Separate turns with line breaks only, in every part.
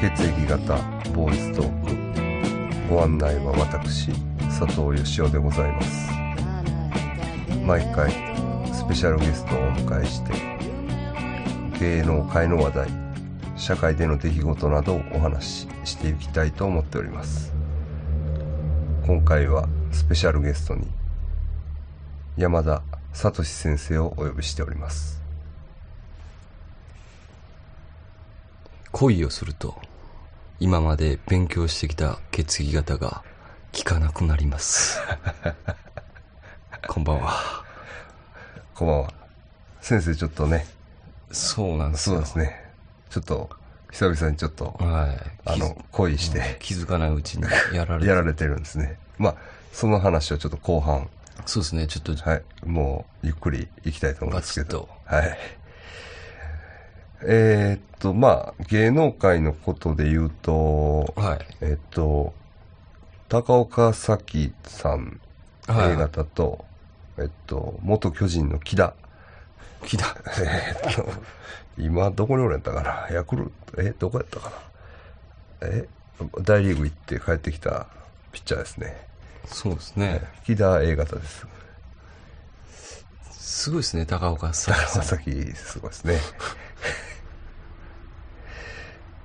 血液型ボーイズトークご案内は私佐藤義雄でございます毎回スペシャルゲストをお迎えして芸能界の話題社会での出来事などをお話ししていきたいと思っております今回はスペシャルゲストに山田聡先生をお呼びしております
恋をすると今まで勉強してきた血液型が効かなくなります こんばんは
こんばんは先生ちょっとね
そうなんです
そう
よ
ですねちょっと久々にちょっと
はい
あ
気づ
の恋して
気づかないうちにやられて
やられてるんですねまあその話をちょっと後半
そうですねちょっと
はい、もうゆっくりいきたいと思うんですけど。はい。えーっと、まあ、芸能界のことで言うと、
はい
えっと、高岡早紀さん、
はい
A 型と、えっと、元巨人の木田。
木田
えっと、今、どこにおるんやったかなヤクルト、え、どこやったかなえ、大リーグ行って帰ってきたピッチャーですね。
そうですね
木田 A 型です。
すごいですね高岡さん
高岡 早紀、すごいですね。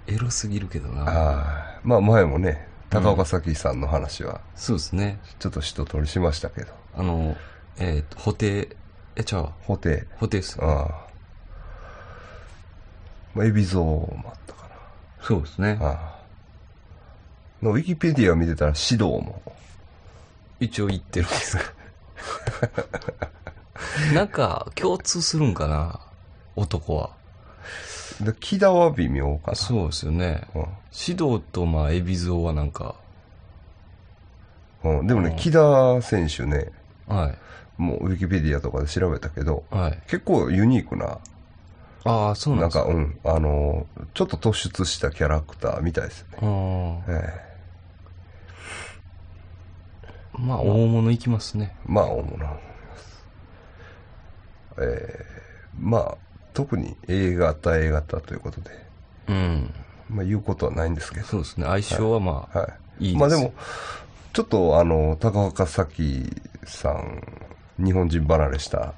エロすぎるけどな
ああまあ前もね高岡早紀さんの話は
そうですね
ちょっと一通りしましたけど
あのえっ、と補定えちゃう
布袋
補定っす
ああまあ海老蔵もあったか
そうですね
なああのウィキペディア見てたら指導も
一応言ってるんですが なんか共通するんかな男は
で木田は微妙かな
そうですよね
う
指導とまあ海老蔵はなんか
ん、うん、でもね木田選手ね
は
もうウィキペディアとかで調べたけど
いはい
結構ユニークな
ああそうな
な
んで
ん
すか
かうんあのちょっと突出したキャラクターみたいですね、
あー
ええ
まあ大物いきますね
まあ、主な思います。えーまあ、特に A 型、A 型ということで、
うん
まあ、言うことはないんですけど、
そうですね相性はまあ、、
はい
いです
まあでも、ちょっと、あの、高岡早紀さん、日本人離れした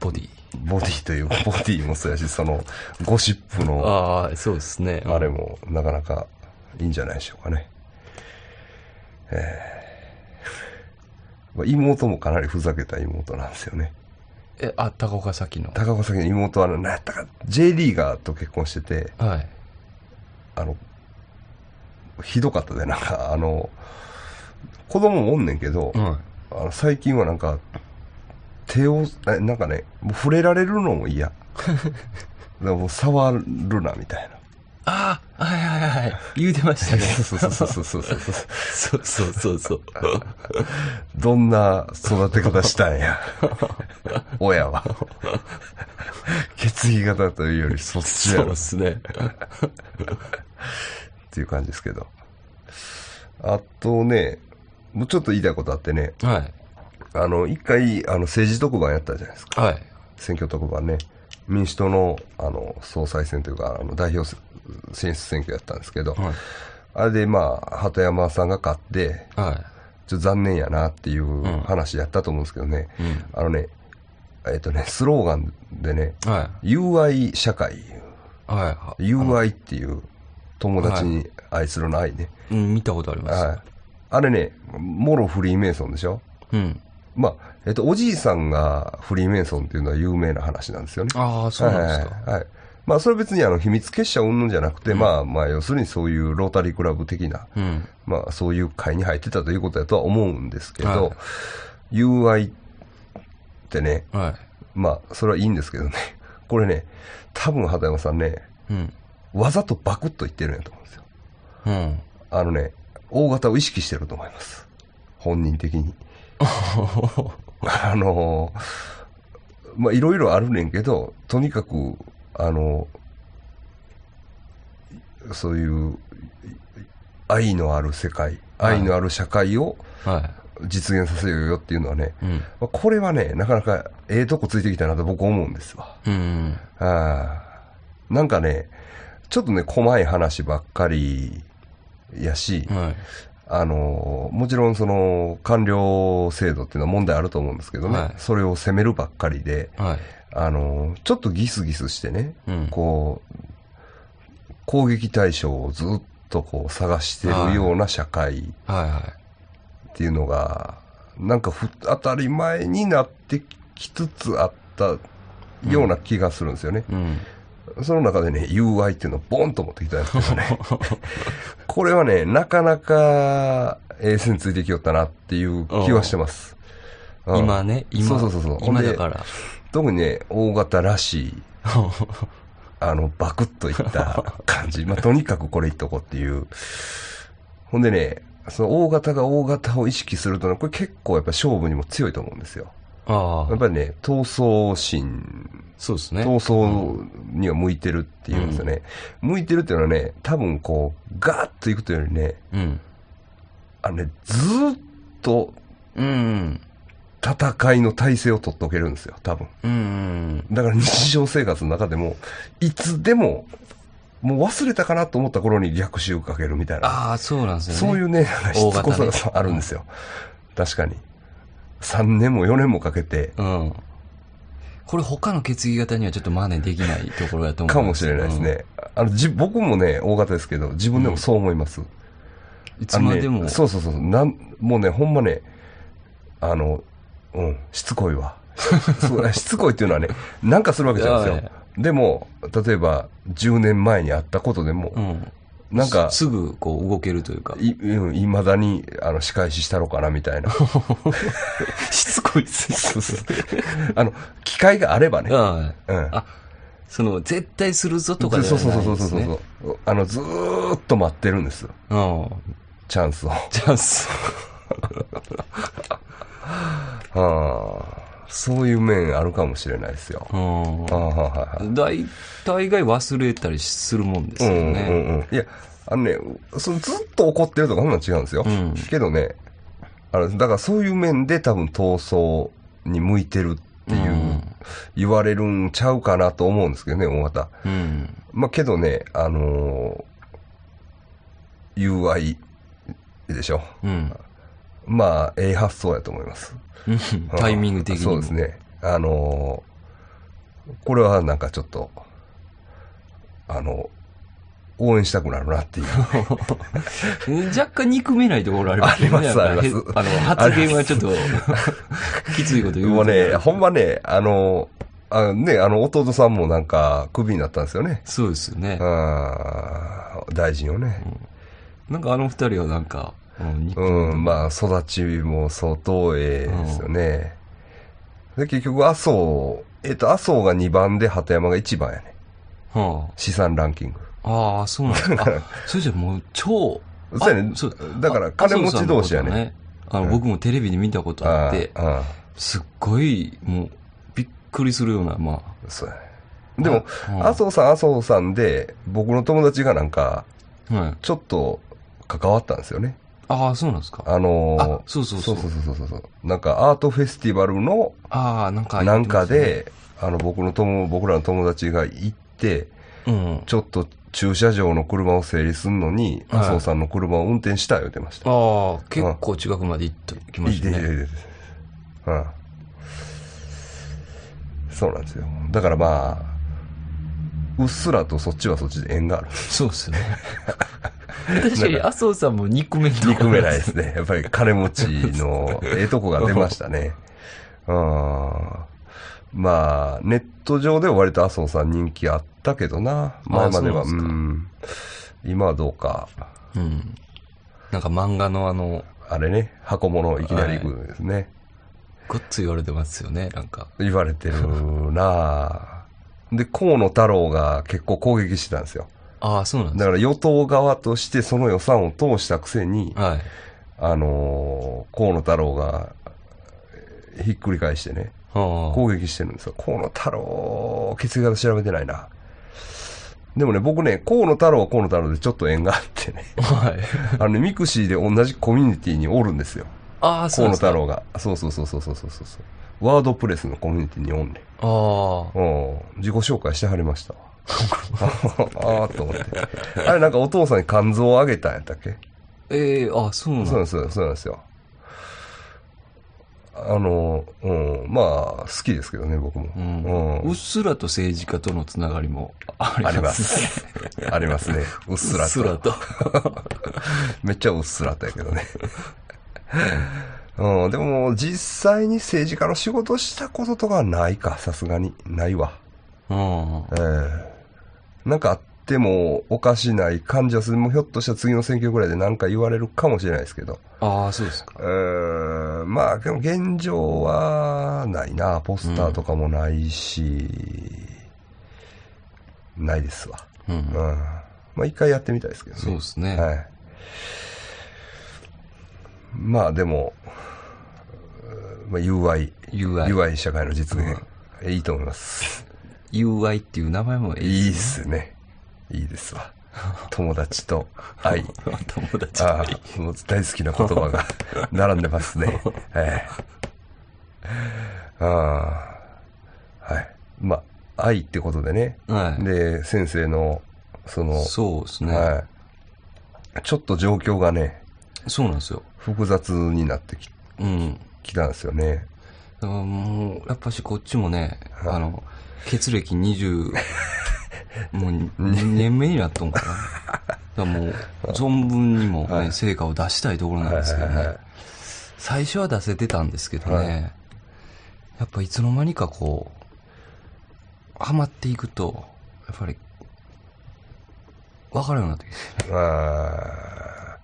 ボディ
ボディという、ボディもそうやし、その、ゴシップの、
ああそうですね
あれも、なかなかいいんじゃないでしょうかね。えーまあ妹もかなりふざけた妹なんですよね。
えあ高岡早紀の
高岡早紀の妹はあの何やったか J リーガーと結婚してて
はい
あのひどかったでなんかあの子供もおんねんけど、
うん
あの最近はなんか手をななんかねもう触れられるのも嫌だからもう触るなみたいな
ああはいはいはい言うてましたね
そうそうそうそうそうそう
そうそうそうそう
どんな育て方したんや親は血液型というよりそっちや
そう
ろ
ですね
っていう感じですけど。あとね、もうちょっと言いたいことあってね、
はい
あの、一回、あの、政治特番やったじゃないですか。
はい
選挙特番ね。民主党の、あの、総裁選というか、あの、代表せ選出選挙やったんですけど、
はい
あれで、まあ、鳩山さんが勝って、
は
ちょっと残念やなっていうん話やったと思うんですけどね、
いうん
あのね、えっとね、スローガンでね、
はい
UI 社会、
はい
UI っていう友達に愛するの愛ね、
うん見たことあります
はい。あれね、モロフリーメイソンでしょ
うん
まあ、えっと、おじいさんがフリーメイソンっていうのは有名な話なんですよね。
ああそうなんですか
はいはいはい。まあ、それは別にあの秘密結社云々じゃなくて、まあ、まあ、要するにそういうロータリークラブ的な、
うん
まあ、そういう会に入ってたということだとは思うんですけど、
はい
UI ってね、
は
まあ、それはいいんですけどね、これね、多分、畑山さんね、
いうん
わざとバクッと言ってるんやと思うんですよ。
うん
あのね、大型を意識してると思います。本人的に。あのーまあ、いろいろあるねんけど、とにかく、あのそういう愛のある世界、
はい
愛のある社会を
は
実現させようよっていうのはね、
いうん
まあこれはね、なかなかええとこついてきたなと僕思うんですわ。
うん
あーなんかね、ちょっとね、細い話ばっかりやし、
はい。
あの、もちろんその、官僚制度っていうのは問題あると思うんですけどね、
はい
それを責めるばっかりで、
はい。
あの、ちょっとギスギスしてね、
うん
こう、攻撃対象をずっとこう探してるような社会
はいはい。
っていうのが、なんかふ当たり前になってきつつあったような気がするんですよね。
うん。
その中でね、UI っていうのをボンと持ってきたんですけどね。 これはね、なかなか、ええ線ついてきよったなっていう気はしてます。うん
今ね、今。
そうそうそうそう。
今
ほん
だ
で
から。
特にね、大型らしい、あの、バクッといった感じ。まあ、とにかくこれいっとこうっていう。ほんでね、その大型が大型を意識するとね、これ結構やっぱ勝負にも強いと思うんですよ。
あ
やっ
あ。
ぱりね、闘争心、
そうですね。
闘争には向いてるって言いますよね。向いてるっていうのはね、多分こう、ガーッといくというよりね、
うん。
あのね、ずーっと
うん。
戦いの体制を取っておけるんですよ、多分。
うんうん。
だから日常生活の中でも、いつでも、もう忘れたかなと思った頃に逆襲かけるみたいな。
ああ、そうなんですよね。
そういうね、なんかしつこさがあるんですよ。確かに。3年も4年もかけて、
うん。これ他の決議型にはちょっと真似できないところだと思う。
かもしれないです。ね。あのじ僕もね、大型ですけど、自分でもそう思います。
いつ
あの
ま
ね
でも。
そうそうそう。なん、もうね、ほんまね、あの、うん、しつこいわ。 そうしつこいっていうのはね、なんかするわけじゃないです
は
よ。でも、例えば、10年前にあったことでも、
うん。
なんか、
すぐこう動けるというか。
い、うん未だに、あの、仕返ししたろかな、みたいな。
しつこいっす。そうそう。
あの、機会があればね。
あ
うん。
あ。その、絶対するぞとかでは
そ
な
う
いです、
そう
ね。
そうそうそうそう。あの、ずーっと待ってるんですよ
うん。
チャンスを。
チャンス。
ああ、そういう面あるかもしれないですよ。
うん
ああ、はいはいはい。
大体が忘れたりするもんですよ
うん
ね。
うんうん、いや、あのね、そのずっと怒ってるとか、そんなん違うんですよ。
うん
けどねあの、だからそういう面で多分闘争に向いてるっていう、
うん
言われるんちゃうかなと思うんですけどね、大型。
うん。
まあけどね、あのー、UI でしょ。
うん。
まあ、ええ発想やと思います。
うんタイミング的に。
そうです。ね。あのーこれはなんかちょっと、あの、応援したくなるなっていう。
若干憎めないところありますよ
あ
ね。
りますあります
なんかへあの、発言はちょ っと、きついこと言う
もうね、
と
ほんまね、あの、あね、あの、弟さんもなんか、クビになったんですよね。
そうですよね。
あー大臣をね。
なんかあの二人はなんか、うんに
うん、まあ、育ちも相当ええですよね。で、結局、麻生、えっと、麻生が2番で、鳩山が1番やね。
は
資産ランキング。
あ、ああ、そうなん ですか。あそれじゃもう超、
そうやね
あそう
だから金持ち同士やね
あ麻生さんのことはねあの、僕もテレビで見たことあって、
あ
すっごい、もう、びっくりするような、ま
あ、そうやね。でも、
うん
麻生さん、麻生さんで、僕の友達がなんか、
あ、はい。
ちょっと関わったんですよね。
ああ、そうなんですか。
あのー
あそうそうそう
そうそうそうそうそうなんかアートフェスティバルの
ああ、なんか、
なんか、で、あの僕の友僕らの友達が行って
うん。
ちょっと駐車場の車を整理するのに
はい
麻生さんの車を運転した言ってました、
ああ、結構近くまで行ってきま
いい
した
でいいでいい
ね。
でうんそうなんですよだからまあうっすらとそっちはそっちで縁があ る
そうですね。確かに麻生さんも憎めない。
憎めないですね やっぱり金持ち のええとこが出ましたねうんまあネット上では割と麻生さん人気あったけどな前までは
あそううなんですか
ん今はどうか
うん。なんか漫画のあの、
あれね箱物をいきなり行くですね、
ごっつ言われてますよね、なんか。
言われてるなあで河野太郎が結構攻撃してたんですよ
ああ、そうなんで
だから与党側としてその予算を通したくせに
す。はい。
あのー河野太郎がえーひっくり返してね
は
攻撃してるんですよ。河野太郎、血液型調べてないな。でもね、僕ね、河野太郎は河野太郎でちょっと縁があってね、
あ。はい。
あのね、ミクシーで同じコミュニティにおるんですよ。
ああ、そう
河野
なんですか
太。郎が。そうそうそうそうそうそうそう。ワードプレスのコミュニティにおんねん
ああ。
うん。自己紹介してはりましたわ。 ああと思って。あれなんかお父さんに肝臓をあげたんやったっけ
ええあ、そうなん
そうなんですよ、そうなんですよ。あの、うん、まあ、好きですけどね、僕も。
うん
う
うんっすらと政治家とのつながりもありますね。
ありますね。 うっすら
うっす
と。
らと。
めっちゃうっすらとやけどね。うん、でも、実際に政治家の仕事したこととかはないか、さすがに。ないわ。
うん
ええなんかあってもおかしない感じはする。もうひょっとしたら次の選挙ぐらいで何か言われるかもしれないですけど。
ああ、そうですか。
うーんまあ、でも現状はないな。ポスターとかもないし、ないですわ。
うん
うん。まあ、一回やってみたいですけどね。
そうですね。
はい。まあ、でも、うーまあ、UI、
UI。
UI 社会の実現、いいと思います。
UI っていう名前もいい。
いいっすね。いいですわ。友達と愛。
友達と
ああ、もう大好きな言葉 が並んでますね。ええ。ああ、はい。まあ、愛ってことでね。
はい。
で、先生の、その、
そうですね、
はい。ちょっと状況がね、
そうなんですよ。
複雑になってき
うん。
きたんですよね。
だからもう、やっぱしこっちもね、
い
あの、血歴20、もう2年目になっとんかな。だからもう、存分にもね、成果を出したいところなんですけどね。
はいはいはい
最初は出せてたんですけどね、
はい
やっぱいつの間にかこう、ハマっていくと、やっぱり、わかるようになってきて。
ああ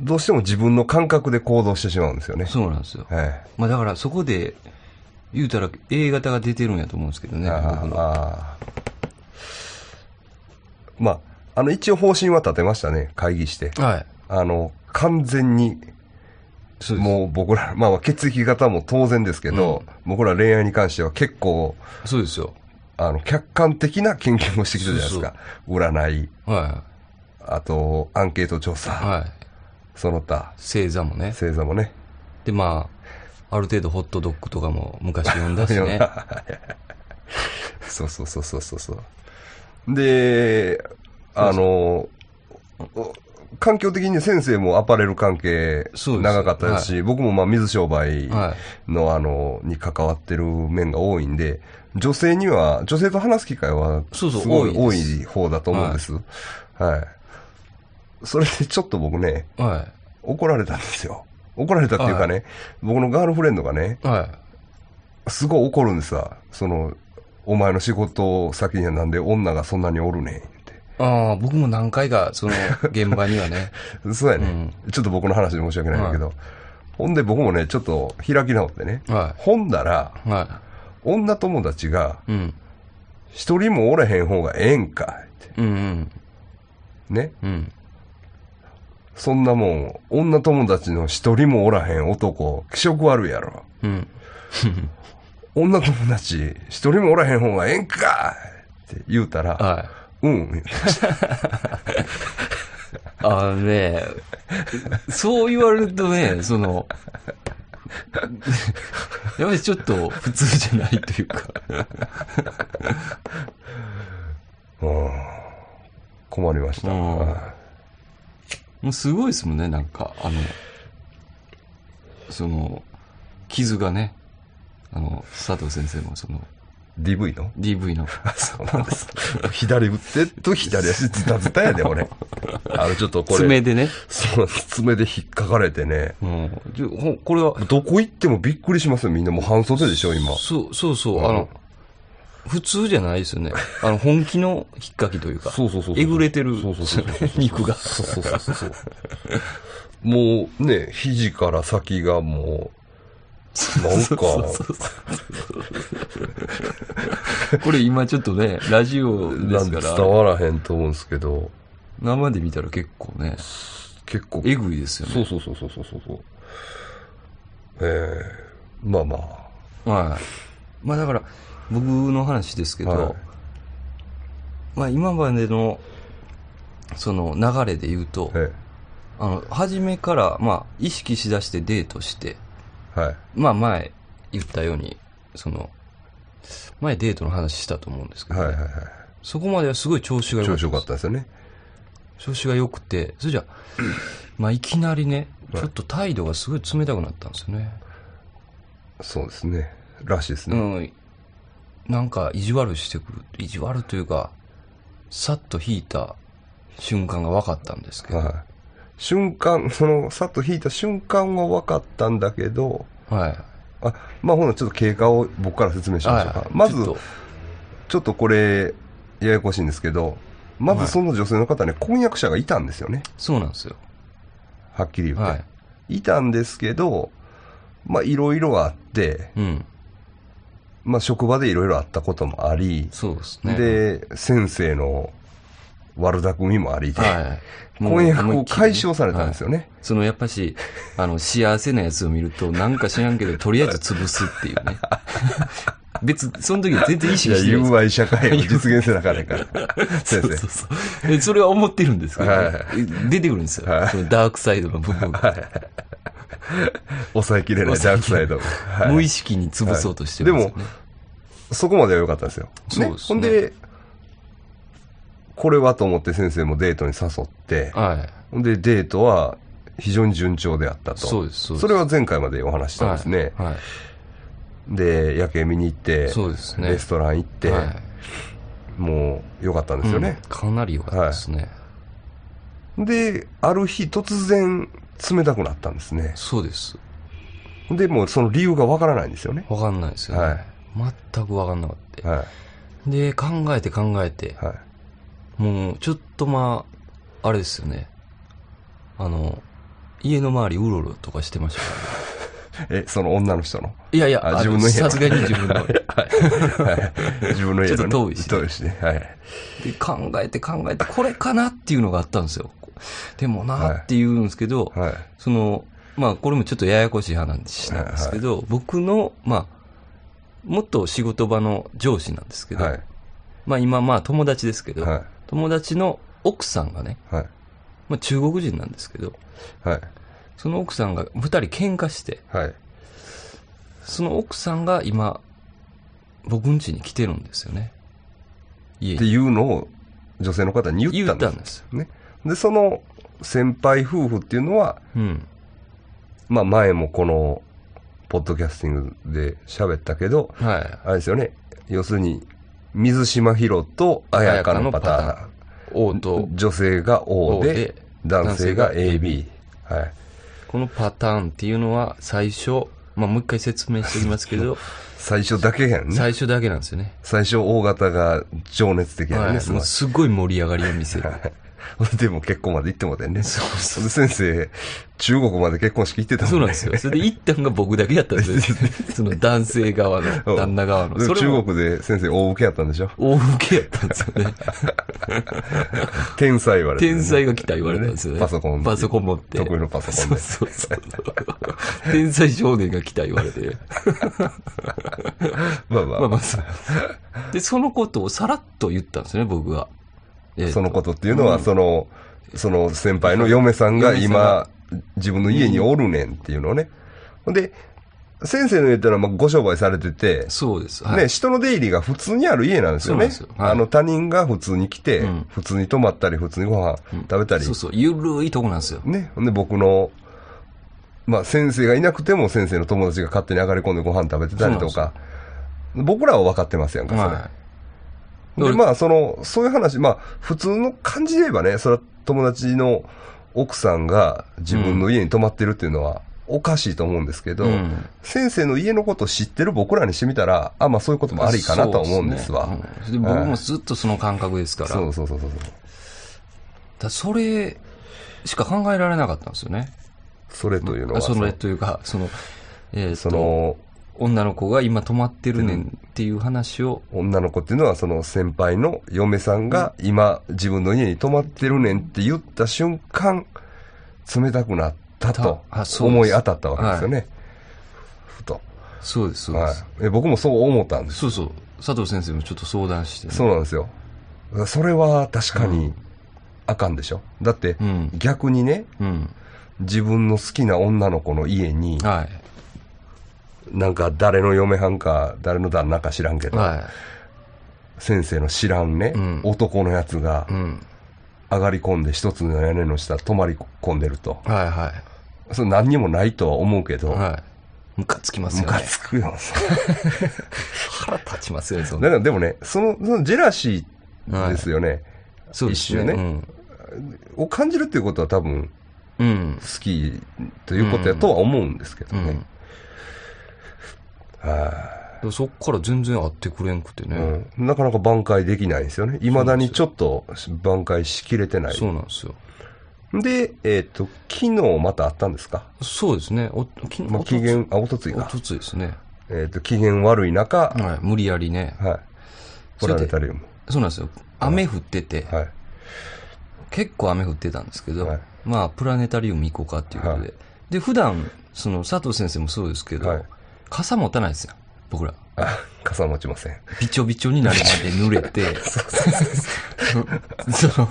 どうしても自分の感覚で行動してしまうんですよね。
そうなんですよ。
はい。
まあだからそこで、言うたら A 型が出てるんやと思うんですけどね、
あー
僕の。
あーまあ、あの、一応方針は立てましたね、会議して。
はい。
あの、完全に、
そうです。
もう僕ら、まあまあ血液型も当然ですけど、僕ら恋愛に関しては結構、
そうですよ。
あの、客観的な研究もしてきたじゃないですか。占い、
は
あと、アンケート調査、
い。はい。
その他、
星座もね。
星座もね。
で、まあ、ある程度ホットドッグとかも昔読んだ しね。
そうそうそうそうそうそう。で、あの、お環境的に先生もアパレル関係
そうです
長かったですし、僕もまあ水商売
は
の、あの、に関わってる面が多いんで、女性には、女性と話す機会はす
そうそう
ごい
多
多
いです
い方だと思うんです。はい。それでちょっと僕ね、
い。は
怒られたんですよ。怒られたっていうかね、僕のガールフレンドがね、
い。はい。
すごい怒るんですわ。その、お前の仕事先にはなんで女がそんなにおるねんって。
ああ、僕も何回か、その、現場には ね。
そうやね、ちょっと僕の話で申し訳ないんだけど。ほんで僕もね、ちょっと開き直ってね。
は
ほんだら、
い。は
女友達が
い。うん。
一人もおらへん方がええんかって。
うんうん。
ね。
うん。
そんなもん、女友達の一人もおらへん男、気色悪いやろ。
うん。
女友達一人もおらへん方がええんかって言うたら、
はい。
うん、言うて
あのね、そう言われるとね、その、やっぱりちょっと普通じゃないというか。
うん困りました。
うん
はい
もうすごいですもんね、なんか、あの、その、傷がね、あの、佐藤先生もその、
DV の
DV の、
そうなんです。 左打ってと左足ズタズタやで、俺。 あの、ちょっとこれ。
爪。でね、
そう、爪で引っかかれてね。
うん、ちょほこれは、
どこ行ってもびっくりしますよ、みんな。もう半袖でしょ、今。
そう、そうそうう、
ん
あの、普通じゃないですよね。あの、本気の引っかきというか、
そうそうそうそう
えぐれてる
そうそう そうそう
肉が。
そうそうそうそう。 もうね、肘から先がもう、なんか、
これ今ちょっとね、ラジオで
なん
す
で
か
伝
ら、
わらへんと思うんですけど、
生で見たら結構ね、
結構、
えぐいですよ
そう
ね。
そうそうそうそうそう。ええまあまあ。
はい。まあだから、僕の話ですけど、
はい
まあ今までの、その流れで言うと、
え
あの、初めから、まあ意識しだしてデートして、
えはい。
まあ前言ったように、その、前デートの話したと思うんですけど、
はいはいはい。
そこまではすごい調子が良か
調子良
ったんで
か
す
ったですよね。
調子が良くて、それじゃあ、まあいきなりね、ちょっと態度がすごい冷たくなったんですよね。
そうですね。らしいです
う
ね。
ん。なんか意地悪してくる。意地悪というか、さっと引いた瞬間が分かったんですけど。
はい。瞬間、 その、さっと引いた瞬間は分かったんだけど、
はい。
あ、まあ、ほな、ちょっと経過を僕から説明しましょうか
は。い
まず、
ちょっと
ちょっとこれ、ややこしいんですけど、ま
は
ず
い
その女性の方ね、婚約者がいたんですよね。
そうなんですよ。
はっきり言って。、
はい
たんですけど、まあ、いろいろあって、
い。うん。
まあ、職場でいろいろあったこともあり、
そうですね。、
で、先生の悪巧みもありで、
はい。もう
婚約を解
思
消
いっきりね
されたんですよ
はい
ね。
そのやっ ぱし、あの、幸せなやつを見ると、なんか知らんけど、とりあえず潰すっていう ね。別、その時全然意
い
識
や、
してないです
友愛社会を実現せなあかれ から。
そ
先
うそ
生。
うそう。えそれは思ってるんですけど、ね
はい
出てくるんですよ、
はい
そのダークサイドの部分が、
抑えきれないダークサイド。はい
無意識に潰そうとしてるんですよ、ね
そこまでは良かったんですよ。
そうですね
ほんで、これはと思って先生もデートに誘って、
はい、
ほんでデートは非常に順調であったと。
そうですそうです
れは前回までお話ししたんですね。
はいはい
で、夜景見に行って、
そうですね
レストラン行って、
はい
もう良かったんですよね
うん。かなり良かったですね、
で、ある日突然冷たくなったんですね。
そうです
で、もうその理由がわからないんですよね。
分かんないですよね、
はい
全く分かんなかった、
は
で考えて考えて、
い。はい。
もうちょっとまああれですよねあの家の周りうろうろとかしてましたからね、
え、その女の人の。
いやいや
あ
あ
自
の
分の家
さすがに自分の
はい自分の家のね
ちょっと遠いしね
遠いしね。はい。
で考えて考えてこれかなっていうのがあったんですよでも
はい
なって言うんですけど、
はい。
そのまあこれもちょっとややこしい話なんですけど、僕のまあもっと仕事場の上司なんですけど、
はい。
まあ今まあ友達ですけど、
は
友達の奥さんがね、
い。はい。
まあ、中国人なんですけど
はい。
その奥さんが2人喧嘩して
はい。
その奥さんが今僕ん家に来てるんですよね家
って
に
いうのを女性の方に言
言
っ
ったた
ん
ん
で
ですすよ、
ね。で、その先輩夫婦っていうのは、
うん、
まあ前もこの、ポッドキャスティングで喋ったけど、
はい
あれですよね。要するに、水島ヒロと綾香のパタ
綾香
ーン。
王と
女性が O で
O で
男性が
男性
AB。はい。
このパターンっていうのは最初、まあ、もう一回説明しておきます けど、
最初だけやんね。
最初だけなんですよね。
最初大型が情熱的や
は
んね。
い、
す
も
ご
う
い
すごい盛り上がりを見せ る。
でも結婚まで行ってもだよね。
そうそ
で先生、中国まで結婚式行ってたもんね。
そう なんですよ。それで一旦が僕だけやったんですよ。 その男性側の、旦那側の。
で
そ
も
れも
中国で先生大受けやったんでしょ
大受けやったんですよね。
天才言われて、
天才が来た言われたんですよね。
パソコン。
パソコン持って。
得意のパソコンで。
そうそうそう。天才少年が来た言われて。
ま あまあ、
まあまあそう。で、そのことをさらっと言ったんですよね、僕が。えー
そのことっていうのは、
うん
その、その先輩の嫁さんが
嫁さん
今
が、
自分の家におるねんっていうのをね。ほんで、先生の家ってのはまあご商売されてて、
そうです。はい
ね、人の出入りが普通にある家なんですよね。
そうなんですよはい
あの、他人が普通に来て、
うん
普通に泊まったり、普通にご飯食べたり、
そうそう、ゆるいとこなんですよ。
ね、ほんで僕の、まあ、先生がいなくても先生の友達が勝手に上がり込んでご飯食べてたりと
そう
か、僕らは分かってますやんか、それ。
は
で、
俺
まあ、その、そういう話、まあ、普通の感じで言えばね、それは友達の奥さんが自分の家に泊まってるっていうのは、おかしいと思うんですけど、
うん
先生の家のことを知ってる僕らにしてみたら、あ、まあそういうこともありかなとは思うんですわ。
そ
そうう
ですねうんで僕もずっとその感覚ですから。だ
そ
か
うそうそうそう。
らそれしか考えられなかったんですよね。
それというの
あ
は、
そのというか、その、えー
そ
っと、
の、
女の子が今泊まってるねんっていう話を、
女の子っていうのはその先輩の嫁さんが今自分の家に泊まってるねんって言った瞬間冷たくなったと
あそうです
思い当たったわけですよね、ふと、
そうです、そうで
は
す。
い、え僕もそう思ったんです
そうそう、佐藤先生もちょっと相談してね、
そうなんですよそれは確かにあかんでしょだって
うん
逆にね
うん。
自分の好きな女の子の家に
はい。
なんか誰の嫁はんか、誰の旦那か知らんけど、
は
先生の知らんね、
うん
男のやつが
い。うん。
上がり込んで一つの屋根の下泊まり込んでると。
はいは
それ何にもないとは思うけ
い。
ど、
はい。ムカつきますよ
ム
ね。
カつくよ。
腹立ちますよね、そん
だ
な
からでもね、その、そのジェラシーですよね、
そうですよ
一
ね。
を感じるっていうことは多分
うん。うん。
好きということやとは思うんですけど
う
ね。
ん。
は
でもそっから全然会ってくれんくて
い
ね。
うんなかなか挽回できないんですよね。いまだにちょっと挽回しきれてない。
そうなんですよ。
で、えっ、と、昨日またあったんですか、
そうですね。お、き
まあ、
おとつ
機嫌、あ、おとつい
お
か。
とついですね。
えっ、と、機嫌悪い中、
はい。無理やりね。
はい。プ
それ
ラ
で
ネタリウム。
そうなんですよ。雨降ってて、
はい。
結構雨降ってたんですけど、
はい
まあ、プラネタリウム行こうかっていうことで。
は
で、普段、その、佐藤先生もそうですけど、
はい
傘持たないですよ。僕ら。
あ、傘持ちません。
びちょびちょになるまで濡れて、 その、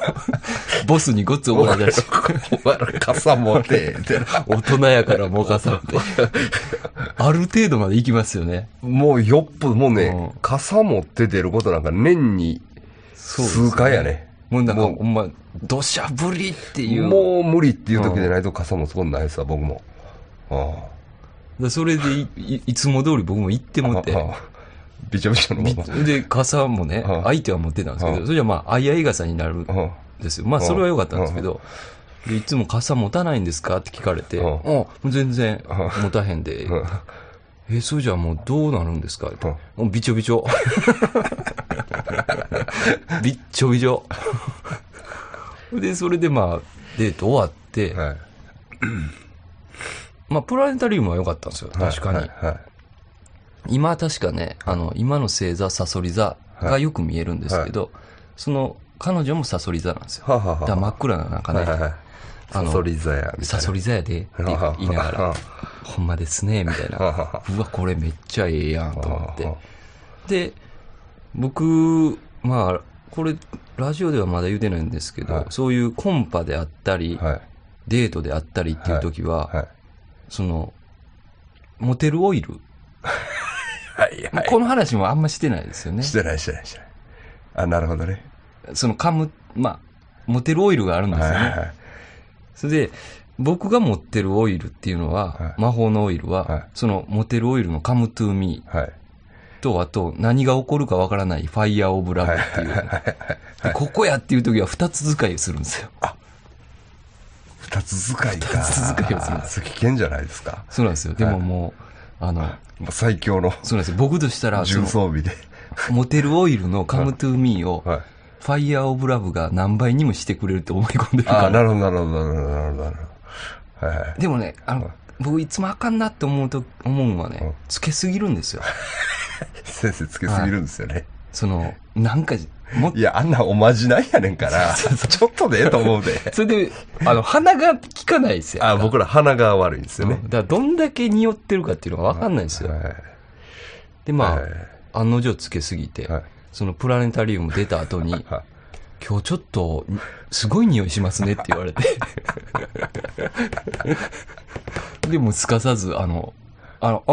ボスにごっつ怒られたし、
お前ら傘持て、ってな
大人やからもかされて、ある程度まで行きますよね。
もうよっぽ、もうね、
うん
傘持って出ることなんか年に
そうです
数回やね。
もうなんか、
もう
ほんま、土砂降りっていう。
もう無理っていう時でないと傘持つことないですわ、僕も。あ
でそれでい、いいつも通り僕も行って
あ
もって、
ああびちょびちょのまま。
で、傘もね
うん、
相手は持ってたんですけ
う
ど、それじゃまあ、あいあい傘になる
う
ん
ん
ですよ。まあ、それは良かったんですけど、でいつも傘持たないんですかって聞かれて、
うん
あもう全然持たへんで、
うん
え、それじゃあもうどうなるんですかって
うん
もうびちょびち ょ。びっちょびちょ。で、それでまあ、デート終わって、
はい
まあ、プラネタリウムは良かったんですよ。確かに。
はいはいはい
今確かね、あの、今の星座、サソリ座がよく見えるんですけど、その、彼女もサソリ座なんですよ。
はあはあはあ
だから真っ暗な中
はいはい
ね、
はい。
あ
サ
の
ソリ座や。みたい
サソリ座やで、って
なはあはあ
言いながら、ほんまですね、みたいな。
はあはあは
うわ、これめっちゃええやん、と思っ
は
て
あは。
で、僕、まあ、これ、ラジオではまだ言うてないんですけど、
はい
そういうコンパであったり、
あはい。
デートであったりっていう時は、
はい。
その、モテるオイル、
はいはい。
この話もあんましてないですよね
し。てないしてないしてない。あ、なるほどね。
その噛む、まあ、モテるオイルがあるんですよ
はい
ね。
はいはい。
それで、僕が持ってるオイルっていうのは、
はい
魔法のオイルは、
はい
そのモテるオイルのカムトゥーミー、
はい。
と、あと、何が起こるかわからないファイヤーオブラブっていう。でここやっていう時は二つ使いするんですよ。
二つ使いか。
二つ使いをするんで
それ危険じゃないですか。
そうなんですよ。でももう、あの、
もう最強の
そうなんですよ。僕としたら、そ
重
の、
装備で。
モテるオイルのカムトゥーミーを、
はい。
ファイヤーオブラブが何倍にもしてくれると思い込んでる
あ
か
あ、な
ら。
るほど、なるほど、なるほど、なるほどなるほど。はいはい。
でもね、あ
うん
の、僕いつもあかんなって思うと、思うのは
うん
ね、つけすぎるんですよ。
先生つけすぎるんですよね。
その、なんか、もっ
いや、あんなおまじないやねん から、ちょっとでええと思うで。
それで、あの、鼻が効かないですよ。
あ僕ら鼻が悪いんですよ
うん
ね
だ。から、どんだけ匂ってるかっていうのがわかんないんですよ。
はい
で、ま
はい
あ、案の定つけすぎて、
はい
そのプラネタリウム出た後に、
は
今日ちょっと、すごい匂いしますねって言わ れて。でも、すかさず、あの、あの、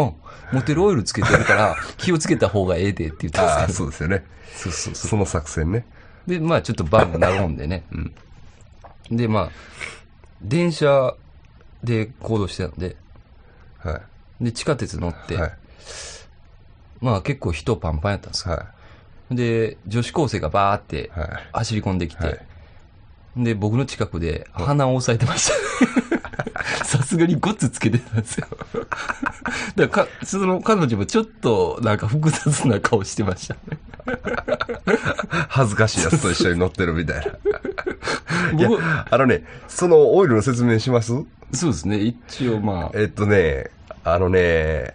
うん、モテるオイルつけてるから、気をつけた方がええでって言っ
い。
た
あ
ん
あ、
です
そうですよね。
そうそう
その作戦ね。
けど。で、まあ、ちょっとバンが和ん でね。で、まあ、電車で行動してたんで、
は
で、地下鉄乗っ
い。
て、
はい。
まあ結構人パンパンやったんですよ。
は
で、女子高生がバーって
い。はい。
走り込んできて、
はい
で、僕の近くで鼻を押さえて ました。さすがにゴツつけてたんですよ。だからか、その彼女もちょっとなんか複雑な顔してましたね。
恥ずかしいやつと一緒に乗ってるみたいな。い
僕
や、あのね、そのオイルの説明します
そうですね、一応まあ、
えっとね、あのね、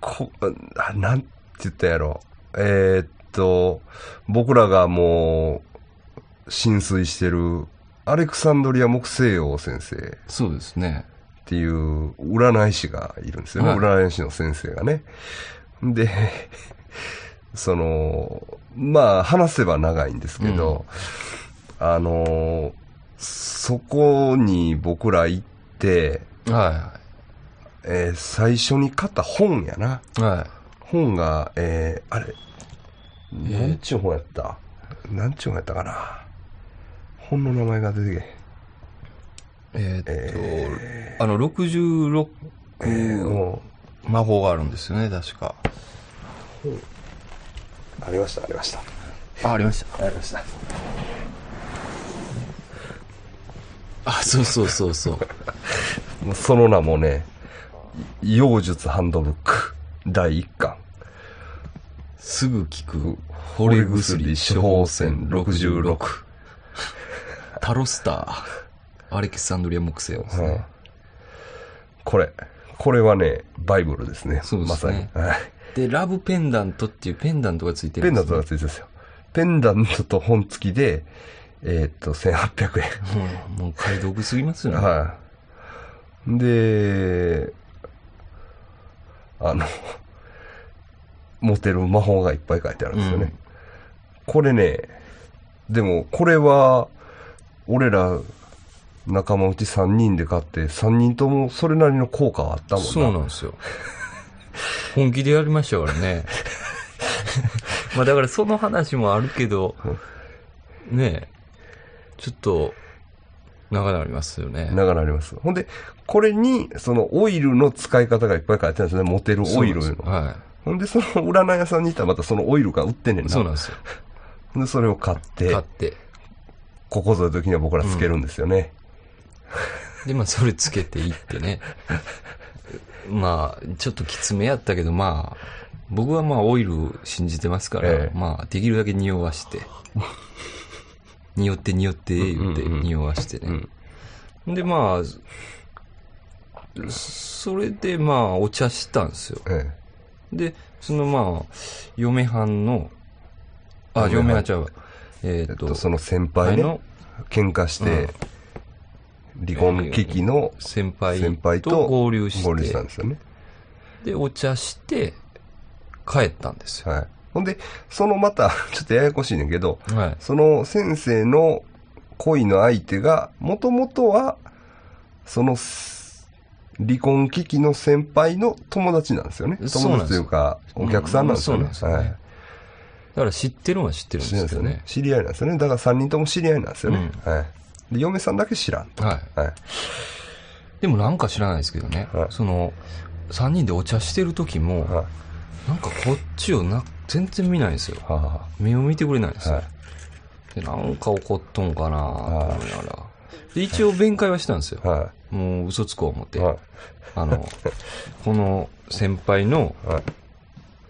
こ、あなんて言ったんやろ。えーっと、僕らがもう、浸水してる、アレクサンドリア木星王先生っ
そうですね。
ていう占い師がいるんですよね。
はい
占い師の先生がね。で、その、まあ、話せば長いんですけど、あの、そこに僕ら行って、
は
えー最初に買った本やな。
は
本が、えーあれ、
え
なんちゅう本やったなんちゅう本やったかな。本の名前が出てけ
い。えーっと、
え
あの、66、
えーも
魔法があるんですよね、確か。
う、ありました、ありました。
あ、ありました。
ありました。
あ、そうそうそうそう。
もうその名もね、妖術ハンドブック第1巻。
すぐ効く、惚れ薬処方箋66。タロスター、アレキサンドリア木星です
う
ね。
んこれ、これはね、バイブルですね。
そうで
ますさに
ね。
はい
で、ラブペンダントっていうペンダントがついて
ペン
るん
ダン
です
ト
よ、
がついてですよ。ペンダントと本付きで、えーっと、1800円。
うんもう買い道具すぎますよね。
はい。で、あの、持てる魔法がいっぱい書いてあるんですよね。
うん
これね、でもこれは、俺ら仲間うち3人で買って、3人ともそれなりの効果はあったもんな。
そうなんですよ。本気でやりましたからね。 まあだからその話もあるけど、ねえ、ちょっと、長々ありますよね。
長くなります。ほんで、これに、そのオイルの使い方がいっぱい書いてあるんですよね。モテるオイル
そうなん
の。
ですよは
ほんで、その占い屋さんに行ったらまたそのオイルが売ってんねん
い。
な。
そうなんですよ。
ほんで、それを買って
買っ、て。
ここぞの時には僕らつけるんですよね。
で、まあ、それつけていってね。 まあ、ちょっときつめやったけど、まあ、僕はまあ、オイル信じてますから、
ええ
まあ、できるだけ匂わ して、匂って匂って、言って、
うんうんうん
匂わしてね。で、まあ、それでまあ、お茶したんですよ。
え
で、そのまあ、嫁はんの、あ、
嫁
嫁
は
は
ん
んちゃうわえ
え
っ
っと、
と、
その先輩ね
前の、
喧嘩して、離婚危機の
先
先輩
輩
と
と合流し
合流したん
て、
ですよね。
で、お茶して、帰ったんですよ。
はい。ほんで、そのまた、 ちょっとややこしいねんけど、
はい。
その先生の恋の相手が、もともとは、その、す離婚危機の先輩の友達なんですよね。
そう
友
なんで
達
す
というか、お客さんなんですよね。
うんそうなんですよ
は
ね
い
だから知ってるのは知ってるん
知
で
り合いで
す
す
け
よ
ど
ね
ね。。
知り合いなんですよね。だから3人とも知り合いなんですよね。はい。で、嫁さんだけ知らんと。
はい。
はい。
でもなんか知らないですけどね。
はい
その、3人でお茶してる時も、
はい。
なんかこっちをな、全然見ないんですよ。
はあは
目を見てくれないんです
あ
よ。
はい。
で、なんか怒っとんかなと思いながら。で、一応弁解はしたんですよ。
は
もう嘘つこう思っ
い。
て。
は
あの、この先輩の
い。はい。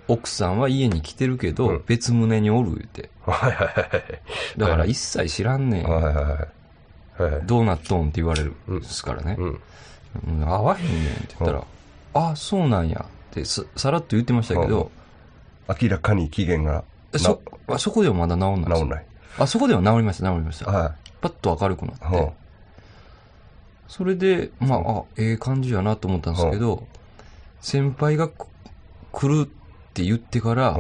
奥さんは家に来てるけど、
うん
別棟におる言うて。
はいはい
だから一切知らんねん。
はい。はいはいはい。はい。
どうなっとんって言われるんですからね。
うん。
うん合わへんねんって言ったら、あ、そうなんやってささらっと言ってましたけど、
明らかに期限が
えそあそこではまだ治んないんです
治ん
よ
ない。
あそこでは治りました、治りました。
は
パッと明るくなっ
い。は
て、それで、まあ、あええ感じやなと思ったんですけど、先輩がく来るって言ってか
あ。は
ら
あ、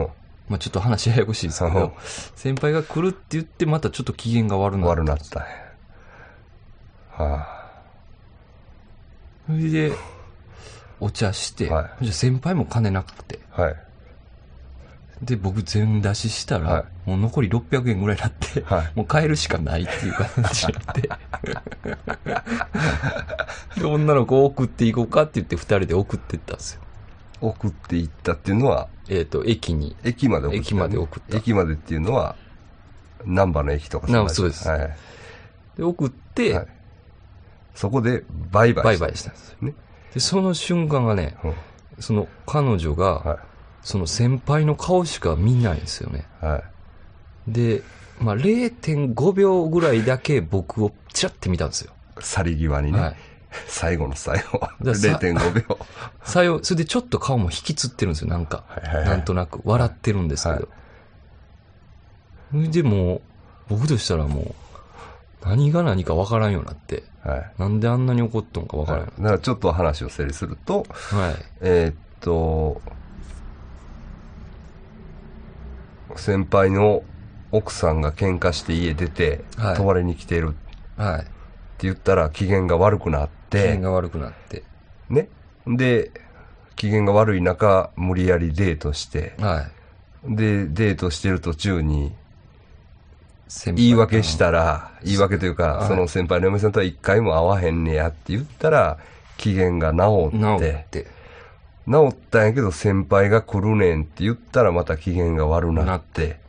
まあちょっと話ややこしいですけ
うん
ど、先輩が来るって言って、またちょっと機嫌が悪なっ
悪
て。
なったんや。は
それで、お茶して、
はい
じゃあ先輩も金なくて、
い。はい。
で、僕全出ししたら、
は
もう残り600円ぐらいになって、
はい
もう帰るしかないっていう形になって。 で、女の子を送っていこうかって言って二人で送ってったんですよ。
送っていったっていうのは、
えっ、と、駅に。
駅まで送った、
駅まで送った
駅までっていうのは、難波の駅とかんな
難波そうです
はい。
で、送って、
はいそこで、バイバイ。
バイバイしたんですよ。
ね。
で、その瞬間がね、
うん
その彼女が、
は
その先輩の顔しか見ないんですよね。
い。はい。
で、まあ、0.5秒ぐらいだけ僕をチラッて見たんですよ。
去り際にね、
はい
最後の最 後、
らさ
0.5秒。
さよ、それでちょっと顔も引きつってるんですよ、なんか。
はいはいはい
なんとなく。笑ってるんですけど。それでもう、僕としたらもう、何が何かわからんようになって。
はい。
なんであんなに怒っとんかわからん
はい
よ、
だからちょっと話を整理すると、
うになって。はい。
えーっと、先輩の奥さんが喧嘩して家出て、
はい
泊まりに来てるって
はい。
言ったら機嫌が悪くなっ
機嫌
て、
が悪くなって。
ね。で、機嫌が悪い中、無理やりデートして、
はい。
で、デートしてる途中に、
先輩
言い訳したら、言い訳というか、
はい
その先輩の嫁さんとは一回も会わへんねやって言ったら、機嫌が治
な
っ
お
て
っ、て。
治ったんやけど先輩が来るねんって言ったらまた機嫌が悪な
な
っ、
って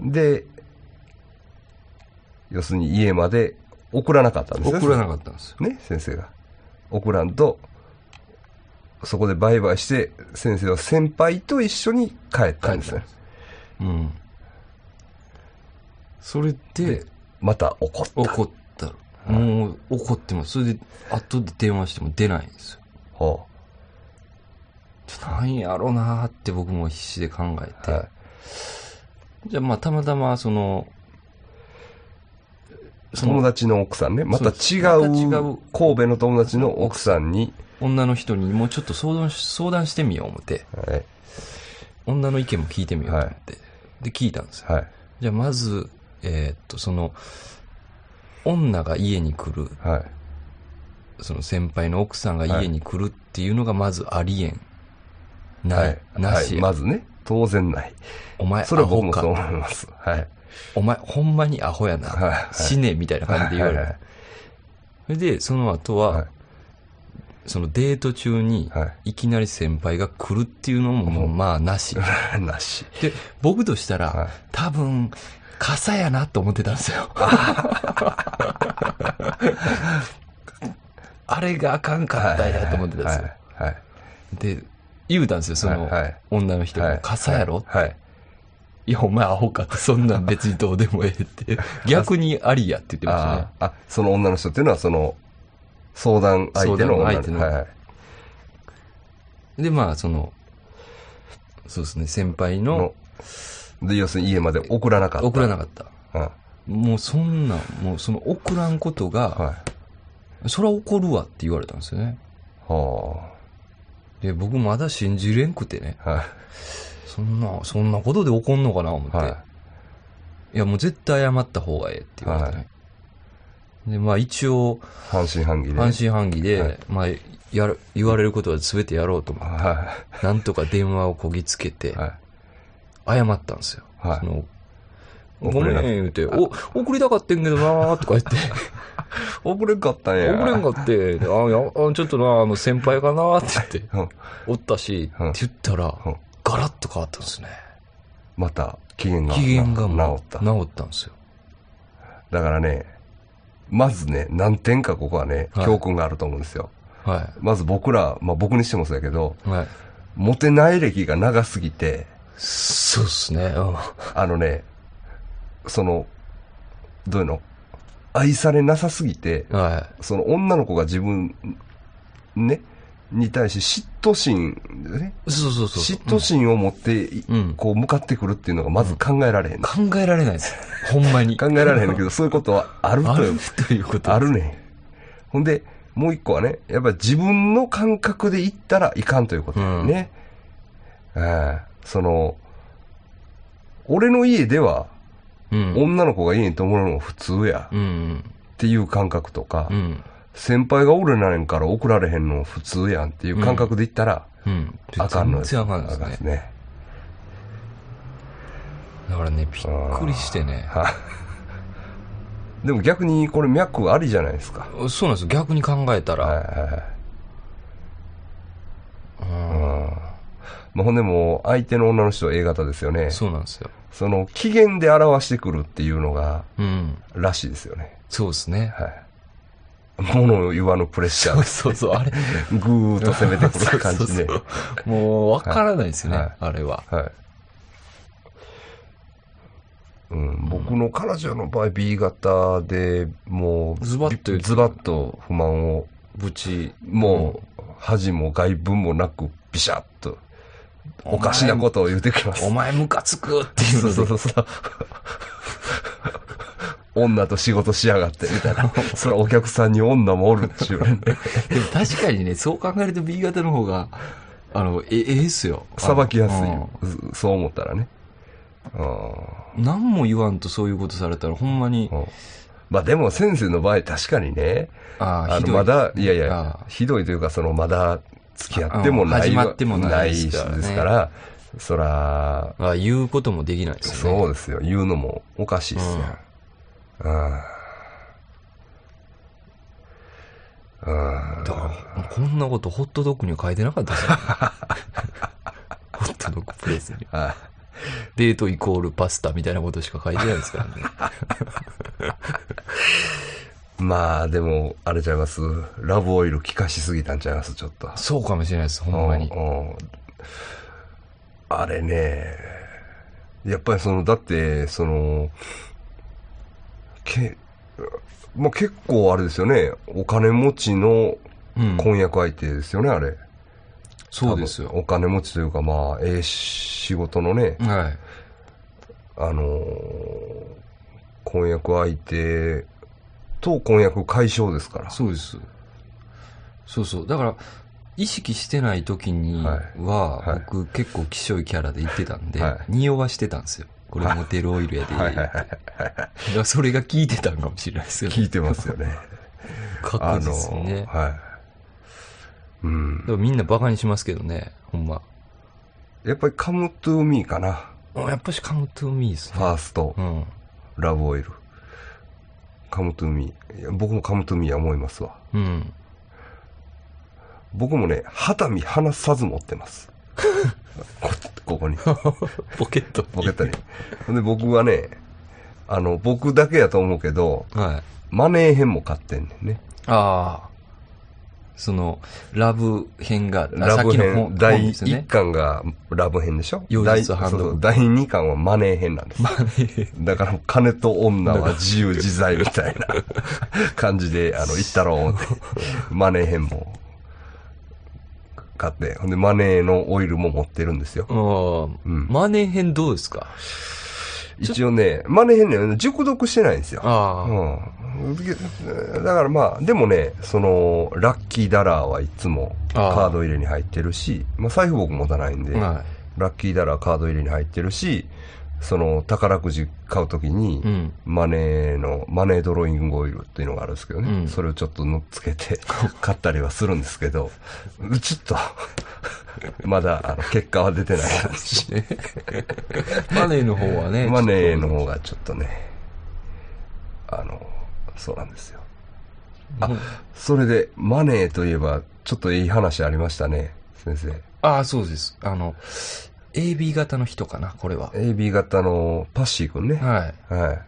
で、要するに家まで送らなかったんですね。
送らなかったんですよ。
ね、先生が。送らんと、そこでバイバイして、先生は先輩と一緒に帰ったんですね。
うん。それで、
また怒った。
怒ったら。もう怒ってます。それで、後で電話しても出ないんですよ。
ほ
ちょっとなんやろうなーって僕も必死で考え
う
て。
はい
じゃあまあたまたまその、そ
友
の
達の奥さんね。また違う、
そうですまた違う
神戸の友達の奥さんに、
女の人にもうちょっと相談し相談してみよう思って、
はい、
女の意見も聞いてみようと思って、で聞いたんですよ。
はい、
じゃあまず、えーっと、その、女が家に来る、
はい。
その先輩の奥さんが家に来るっていうのがまずありえん。ない、なしや、
まずね、当然ない。
お前ア
それは僕
ホ
もそう
か。
思います。はい。
お前ほんまにアホやな。
はいはい
死ねみたいな感じで言われ
は
る。それで、その後は、
いはい
そのデート中に、
はい
きなり先輩が来るっていうのも、もうまあな し。
い。なし。
で、僕としたら、
はい
多分、傘やなと思ってたんで すよ。あれがあかんかったんやと思ってたんですよ。
はい。はい
で、言うたんですよ、その
はいはい
女の人
は
が
い。。
傘やろ、
はい。はい
いや、お前アホかって、そんなん別にどうでもええって。 逆にありやって言ってましたね
あ。ーあ、その女の人っていうのは、その、相談相手の女の
相
人。
談相手の
はいはい。
で、まあ、その、そうですね、先輩の
の、で、要するに家まで送らなかった。
送らな
か
かった。
った。は
もうそんなん、もうその送らんこと
い。
が、
は
そら怒るわって言われたんですよね。
あ。は
で、僕まだ信じれんくてね、
あ。
そんな、そんなことで怒んのかな思って、
はいい。、
やもう絶対謝った方がええって言われてね。
は
で、まあ一応、
半信半疑で。
半信半疑で、
はい
まあ、やる、言われることは全てやろうと思っ
は
て、 なんとか電話をこぎつけて
い。、は
謝ったんですよ。
はい
そのご
遅
め
れ
ん
な、
言うて、お、送りたかってんけどなーとか言っ て、
い。遅れんかったんや。
遅れん
っ
かって、あ、いや、あちょっとな、あの、先輩かなーって言って、
た。うん。
おったし、
うん
って言ったら
うん、
ガラッと変わったんですね。
また、機嫌が。
機嫌がも
治った。
う治ったんですよ。
だからね、まずね、何点かここはね、
はい
教訓があると思うんですよ。
は
まず僕ら、まあ僕にしてもそうやけど、
い。はい。
モテない歴が長すぎて、
そうっすね。うん。は
あのね、その、どういうの愛されなさすぎて、その女の子が自分、ね、に対し嫉妬心、ね、
い。そうそうそう。
嫉妬心を持ってい、
うん
こう向かってくるっていうのがまず考えられへん。
考えられないです。ほんまに。
考えられへんけ ど、そういうことはある
あ
という
るということ。
あるね。ほんで、もう一個はね、やっぱり自分の感覚で行ったらいかんということだよね。うんその、俺の家では、
うん。
女の子が家に泊まるのが普通や、
う
っ
ん。
ていう感覚とか、
うん。
先輩が俺らねんから送られへんの普通やんっていう感覚で行ったら、
うん。
あかんの
全然あかんです
あかん
ね
です。ね。
だからね、びっくりしてね。
はでも逆にこれ脈ありじゃないですか。
そうなんですよ。逆に考え
は
た
い
ら。
はいはい。
うん
うんまあ、ほんでもう相手の女の人は A 型ですよね。
そうなんですよ。
その期限で表してくるっていうのが、
うん。
らしいですよね。
そうですね。
はい。物を言わぬプレッシャーです。
そうそう、あれ。
ぐーっと攻めてくる感じ
そ
ね。
うそうそうもう、わからないですね
はいはい。
あれは。
はい。うん、僕の彼女の場合 B 型でもう
ズバッと言う
ズバッと不満を
ぶち。
もう恥も外分もなくビシャッとおかしなことを言ってきます
お前ムカつくっていう
そう
の
そう
で。
そうそう。女と仕事しやがって、みたい な。それはお客さんに女もおるっちゅうねんで。
でも確かにね、そう考えると B 型の方が、あの、え、ええっすよ。
さばきやす
うん
い。ずそう思ったらね。うん
何も言わんとそういうことされたら、ほんまに
うんまあでも先生の場合確かにね、
ああ、
あ
ひ
の
どい。
まだ、いやいや
あ、
ひどいというか、そのまだ付き合ってもない、
うん始まってもないですからね
ないですからそら、
ああ言うこともできないですよね。
そうですよ、言うのもおかしいですよ。うんうん
だから、こんなことホットドッグには書いてなかった ですよねホットドッグプレスに。
あ
デートイコールパスタみたいなことしか書いてないですからね。
まあでも、あれちゃいます、ラブオイル効かしすぎたんちゃいます、ちょっと。
そうかもしれないです、ほんまに。
うんうんあれね、やっぱりその、だって、その、け、まあ、結構あれですよね、お金持ちの
うん。
婚約相手ですよね、あれ。
そうですよ
多。分お金持ちというか、まあ、ええ仕事のね、
はい。
あのー婚約相手と婚約解消ですから。
そうです。そうそう。だから、意識してない時には、
はいはい
僕結構希少いキャラで言ってたんで、
はい
匂わしてたんですよ。これモテるオイルやで。
はいはいはい。
だからそれが効いてたんかもしれないですよ ね。
聞いてますよね。
確実にね。
はい。うん。
でもみんなバカにしますけどね、ほんま。
やっぱりカムトゥーミーかな。
やっぱしカムトゥーミーです
フ
ね。
ァースト
う、ん。
ラブオイル。カムトゥーミー。いや僕もカムトゥーミーは思いますわ。
うん。
僕もね、旗身離さず持って ます。こここに、
ポケット。
ポケットに。で、僕はね、あの、僕だけやと思うけど、
はい。
マネー編も買ってんねんね。
ああ。その、ラブ編が、あ
ラブ
さっきの
編、
本
第
本ですよ
1
ね。
巻がラブ編でしょ
妖
第
術ハンド
そ
ブ
う
ッ
そう
ク
第2巻はマネー編なんです。 だから、金と女は自由自在みたいな感じで、あの、言ったろう思って、マネー編も買って、ほんで、マネーのオイルも持ってるんですよ。
う
うん
ん。マネー編どうですか
一応ね、マネー編ね、熟読してないんですよ。
ああ。
うん。だからまあ、でもね、その、ラッキーダラーはいつも
あー
カード入れに入ってるし、まあ、財布僕持たないんで、
は
ラッキーダラーカード入れに入ってるし、その、宝くじ買うときに、
い。うん。
マネーの、マネードローイングオイルっていうのがあるんですけどね、
うん
それをちょっとのっつけて 買ったりはするんですけど、ちょっと、 まだあの結果は出てない感じ。
マネーの方はね。
マネーの
ちょっ
方がちょっとね、あの、そうなんですよ。
と。うん
それで、マネーといえば、ちょっといい話ありましたね、先生。
ああ、そうです。あの、AB 型の人かな、これは。
AB 型のパッシーくんね。
はい。
はい。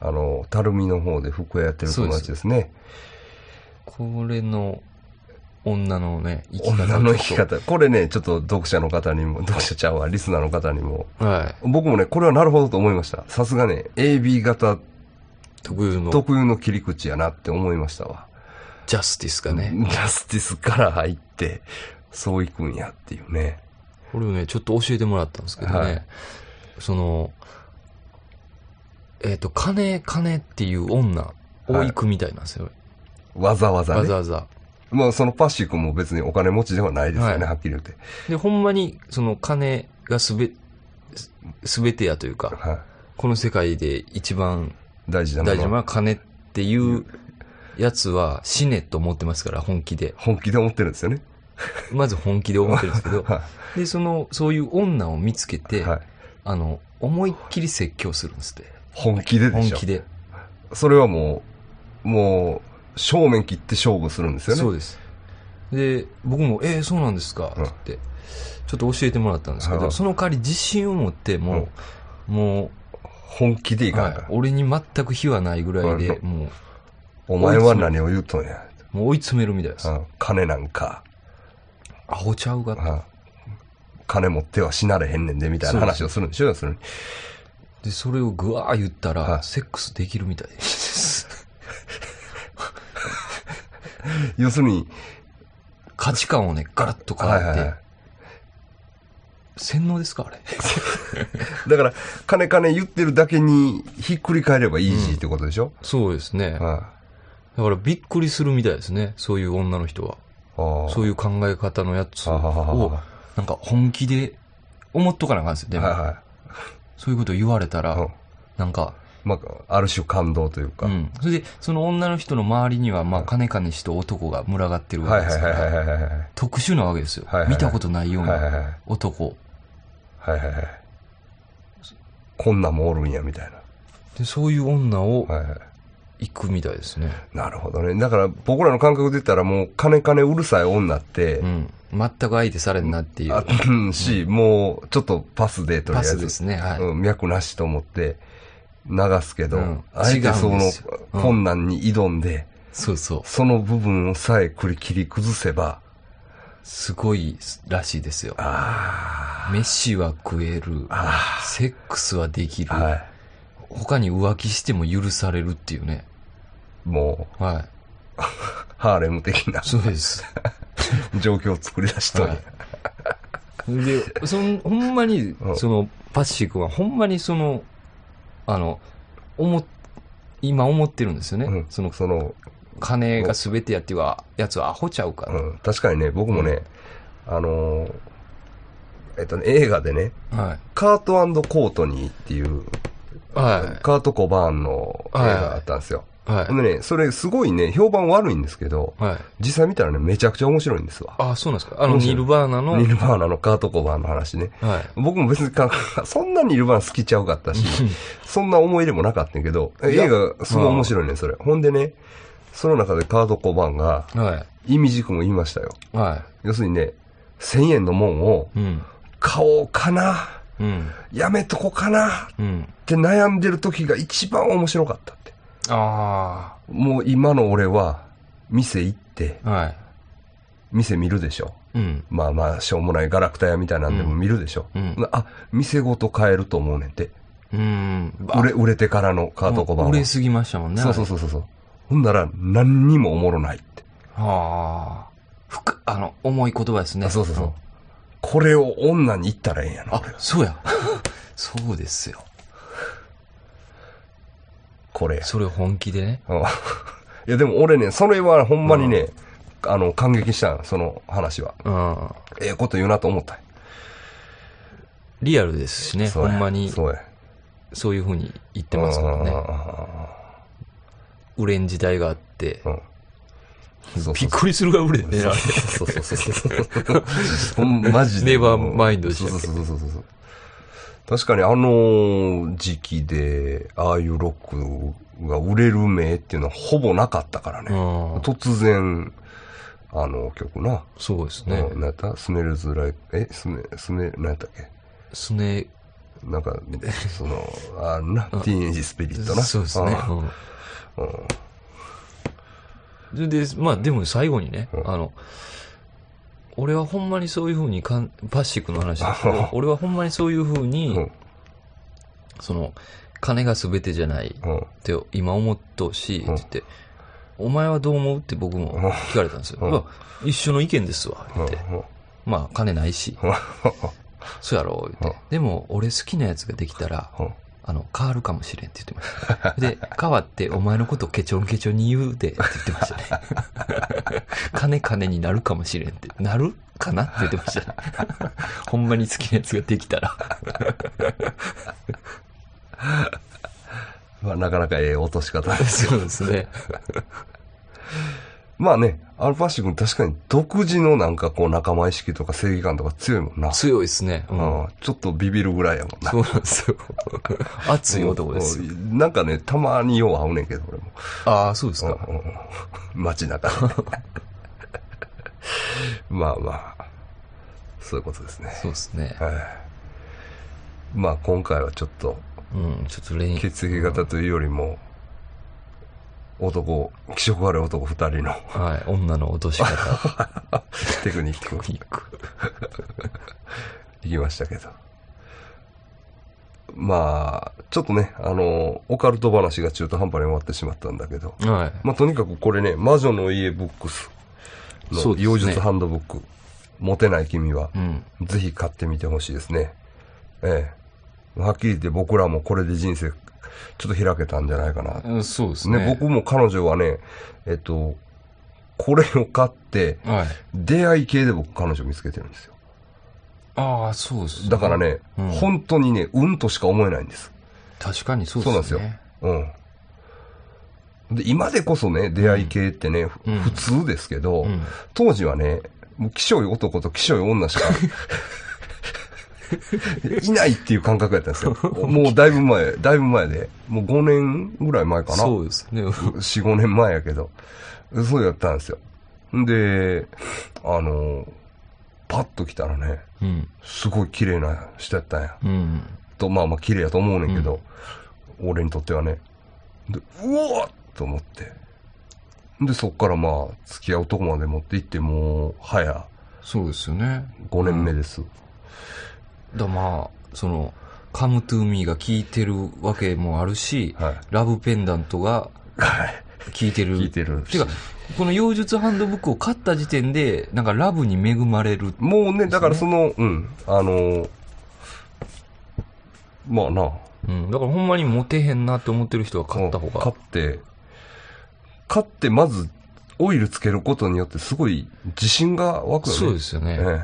あの、たるみの方で服屋やってる友達ですね。
これの女のね、生き方。
女の生き。方。これね、ちょっと読者の方にも、読者ちゃうわ、リスナーの方にも。
はい。
僕もね、これはなるほどと思いました。さすがね、AB 型
特有の
特有の切り口やなって思いましたわ。
ジャスティスがね。
ジャスティスから入って、そういくんやっていうね。
これをね、ちょっと教えてもらったんですけどね。
はい
その、えっ、と、金、金っていう女を行くみたいなんですよ。
わざわざね。
わざわざ。
まあ、そのパッシー君も別にお金持ちではないですよね、
はい
はっきり言って。
で、ほんまに、その金がすべ、すすべてやというか、
はい。
この世界で一番
大事なも
大事な
の
のは金っていうやつは死ねと思ってますから、本気で。
本気で思ってるんですよね。
まず本気で思ってるんですけど、
は
で、その、そういう女を見つけ
い。
て、
はい
あの、思いっきり説教するんですって。
本気でで
本
しょ。
気で。
それはもう、もう、正面切って勝負するんですよね。
そうです。で、僕も、えー、そうなんですか
うん
って言って、ちょっと教えてもらったんですけ
は
ど、
い
その代わり自信を持って、もう、も、
本気でいうかん
は
から。
い、俺に全く非はないぐらいで、
う
も
お前は何を言うとんや。
う、もう追い詰めるみたいです。
うん金なんか、
アホちゃうが。
うん金持っては死なれへんねんで、みたいな話をするんでしょ、要するに。
で、それをぐわー言った
は
ら、
い
セックスできるみたいです。
要するに、
価値観をね、ガラッと変
はいはいは
え
い
て、。洗脳ですかあれ。
だから、金金言ってるだけにひっくり返ればイージーってことでしょ、
そうですね
う。あ
だからびっくりするみたいですね。そういう女の人は。
あ
そういう考え方のやつ
はははは
を、なんか本気で思っとかなあかんですよ。でも、
は
そういうこと言われた
いはい。う
ら
ん、
なんか、
まあ、ある種感動というか、
うん。それで、その女の人の周りには、まあ、金金氏と男が群がってるわ
はい
けで
は
す
い
か
はいはい
ら、
はいはいはい
特殊なわけですよ
はいは。いはい
見たことないよう
はいはい
な
はい
男。
はいはいはいこんなんもおるんやみたい
で、そういう女を
な、はいはい、
行くみたいですね。
なるほどねだから僕らの感覚で言ったらもう金金うるさい女って
う、ん。全く相手されんなっていう。
あうん、し、もうちょっとパスでとりあえ
パ
ず
スですね。はい。
うん、脈なしと思って流すけど、
うん
あえてそ
違うん
の
ですようん
困難に挑んで、
そうそう。
その部分さえ繰り切り崩せば、
すごいらしいですよ。
あ
飯は食える。
あ
セックスはできる
あ、。はい。
他に浮気しても許されるっていうね。
もう、
は。
ハーレム的ない
そうです。
状況を作り出しとる、
はいで、そん、ほ んまに
う、ん
その、パッシー君はほんまにその、あの、思っ、今思ってるんですよね。
うん
その、
その、
金が全てやっては、やつはアホちゃうか
う
ら。
ん、確かにね、僕もね、あのーえっとね、映画でね、
はい。
カートコートニーっていう、
は
カート・コバーンの映画あったんですよ。
い。は
ほんでね、それすごいね、評判悪いんですけど、
い。はい。
実際見たらね、めちゃくちゃ面白いんですわ。
あ、そうなんですか。あの、
面白
ニ
い
ルバーナの、
ニルバーナのカート・コバーンの話ね。
はい。
僕も別にか、そんなにニルバーナ好きちゃうかったし、そんな思い入れもなかったんやけど、
いや
映画すごい面白いね、それ。ほんでね、その中でカード・コバンが、
は
意味軸も言いましたよ。
い。は
要するにね、1000円のもんを
い。うん。
買おうかな、
うん。
やめとこうかなっ
うん。
て悩んでる時が一番面白かったって。
あ
もう今の俺は、店行って、
あ。はい。
店見るでしょ。
うん。
まあまあ、しょうもないガラクタ屋みたいなんでも見るでしょ。
うんうん
あ、店ごと買えると思うねんて。
うん。
売れ、売れてからのカード小判は。
売れすぎましたもんね。
そうそうそうそうそう。ほんなら、何にもおもろないって。
はあ。ふく、あの、重い言葉ですね。
あそうそうそう。これを女に言ったらええんやな、
あ
俺、は
そうや。 そうですよ。
これや。
それ本気でね。
うん いや、でも俺ね、それはほんまにね、あの、感激したんその話は。
うん。
ええこと言うなと思ったんや。
リアルですしね。
そう
ほ
や
んまに、
そうや。
そういうふうに言ってますから
うんうん
ね。売れん時代があって。
うんうんうんそう
び
そ
っ
う
くりするが売れんね。あれ
そうそうそうそう。ほんま、マジで。
ネバーマインドでした
そ
っ
う
け
そうそうそうそう。確かにあの時期で、ああいうロックが売れる名っていうのはほぼなかったからね。
うん。
突然、あの曲な。
そうです
ね
ね、。
なんやったスメルズライク、え、スメ、スメ、なんやったっけ
スネ、
なんか、その、あんな、ティーンエイジスピリットな。
そうですね。
あ
うんそれで、まあでも最後にね、
うん、
あの、俺はほんまにそういうふうにかん、パッシックの話ですけど俺はほんまにそういうふう
う
に、
ん。うん。
その、金が全てじゃないっ
うん。
て今思っとうし、って
うん
言って、お前はどう思うって僕も聞かれたんですよ。
うん
うわ一緒の意見ですわ、
うん
言って。まあ金ないし、そうやろ、言っ
う
て。でも俺好きなやつができたら、
うん。
あの、変わるかもしれんって言ってました。で、変わって、お前のことケチョンケチョンに言うでって言ってましたね。 金金になるかもしれんって。なるかなって言ってま したね。ほんまに好きなやつができたら。
まあ、なかなかええ落とし方。
そうですね。
まあね、アルパッシュ君確かに独自のなんかこう仲間意識とか正義感とか強いもんな。
強いですね。うん
うん、ちょっとビビるぐらいやもんな。
そうなんですよ。熱い男ですよ。
うんなんかね、たまによう会うねんけど、俺も。
ああ、そうですか。
うんうんうん街中で。 まあまあ、そういうことですね。
そうですね。
はい。まあ今回はちょっと
うん、ちょっとレイン。
血液型というよりも、男、気色悪い男二人の
はい、女の落とし方。
テクニックを
ピンク
行きましたけど。まあ、ちょっとね、あの、オカルト話が中途半端に終わってしまったんだけど、
はい。
まあとにかくこれね、魔女の家ブックスの
そうですね
妖術ハンドブック、モテない君は
う、ん。
ぜひ買ってみてほしいですね。ええ。はっきり言って僕らもこれで人生、ちょっと開けたんじゃないかな。
うんそうですね。
ね、僕も彼女はね、えっと、これを買って、
はい。
出会い系で僕彼女見つけてるんですよ。
ああ、そうですね。
だからね、
うん
本当にね、うんとしか思えないんです。
確かにそう
そうなん
で
ですすよ
ね。。
うん。で、今でこそね、出会い系ってね、ふ
うん
普通ですけど、
うん
当時はね、もう、気象い男と気象い女 しか、いないっていう感覚やったん ですよ。もうだいぶ前、だいぶ前で。もう5年ぐらい前かな。
そうですね。
4、5年前やけど、そうやったんですよ。で、あの、パッと来たらね、
うん。
すごい綺麗な人やったんや。
うん。
と、まあまあ綺麗やと思うねんけど、俺にとってはね。で、うわっと思って。で、そっからまあ、付き合うとこまで持って行って、もう、早
そうですよね。
5年目です。
だまあ、その、カムトゥーミーが効いてるわけもあるし、
はい
ラブペンダントが
はい。
効いてる。
聞いてる。
てか、この妖術ハンドブックを買った時点で、なんかラブに恵まれる。
もうね、だからその、うん、あの、まあな、
うん。だからほんまにモテへんなって思ってる人は買った方
買
が
っ。て、買ってまずオイルつけることによってすごい自信が湧くよね。
そうですよね。
ね。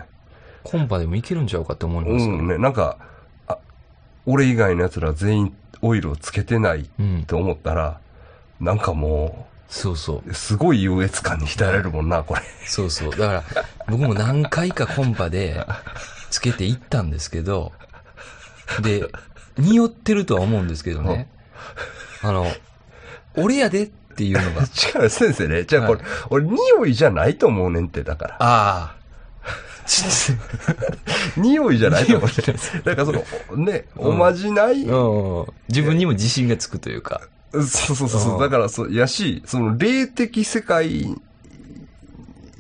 コンパでもいけるんちゃうかって思いますよ
うんね。なんか、あ、俺以外の奴ら全員オイルをつけてない
うん
と思ったら、なんかも
そうそう。
う、すごい優越感に浸れるもんな、これ。
そうそう。だから、僕も何回かコンパでつけていったんですけど、で、匂ってるとは思うんですけどね。あの、俺やでっていうのが、
違う、先生ね。じゃあこれ、俺、匂いじゃないと思うねんって、だ から。
ああ、ちょっ
匂いじゃないと思うねん。だからその、ね、おまじない、
と、 うん自分にも自信がつくというか。
そうそうそう
う
そ
ん
う。だから、そう、やし、その、霊的世界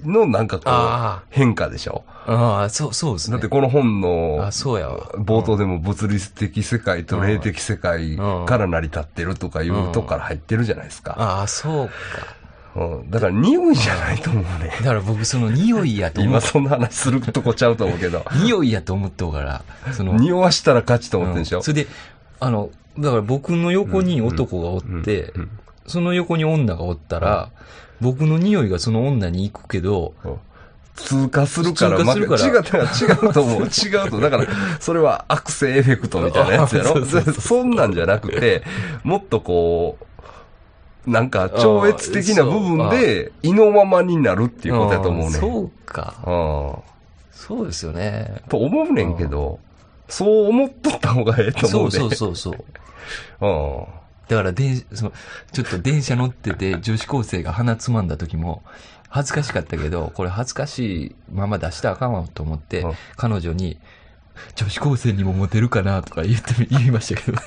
のなんかこ
ああ
う、変化でしょ。
ああ、そう、そうです
だ
ね。
ってこの本の
あ、そうやわ。
冒頭でも物理的世界と霊的世界から成り立ってるとかいうとこから入ってるじゃないですか。
ああ、そうか。
うんだから、匂いじゃないと思うね。
だから僕、その匂いやと思
今
っ
そんな話するとこちゃうと思うけど。
匂いやと思っとうから、その、
匂わしたら勝ちと思ってんでしょ
それで、あの、だから僕の横に男がおって、その横に女がおったら、僕の匂いがその女に行くけど、
うん通過するから、
通過
ま
す
違
る
う、
か
だ
ら
から違うと 思う。違うと。だから、それは悪性エフェクトみたいなやつや
そ
ろ
うそうそう
そんなんじゃなくて、もっとこう、なんか超越的な部分で、胃のままになるっていうことやと思うね。
ん
う
そうか。
ん。
そうですよね。
と思うねんけど、そう思っとった方がええ と
そ
思う
う
で。
そうそうそう。
うん。
だから電、その、ちょっと電車乗ってて、女子高生が鼻つまんだ時も、恥ずかしかったけど、これ恥ずかしいまま出したらあかんわと思って
うん、
彼女に、女子高生にもモテるかなとか言ってみ、言いました けどね。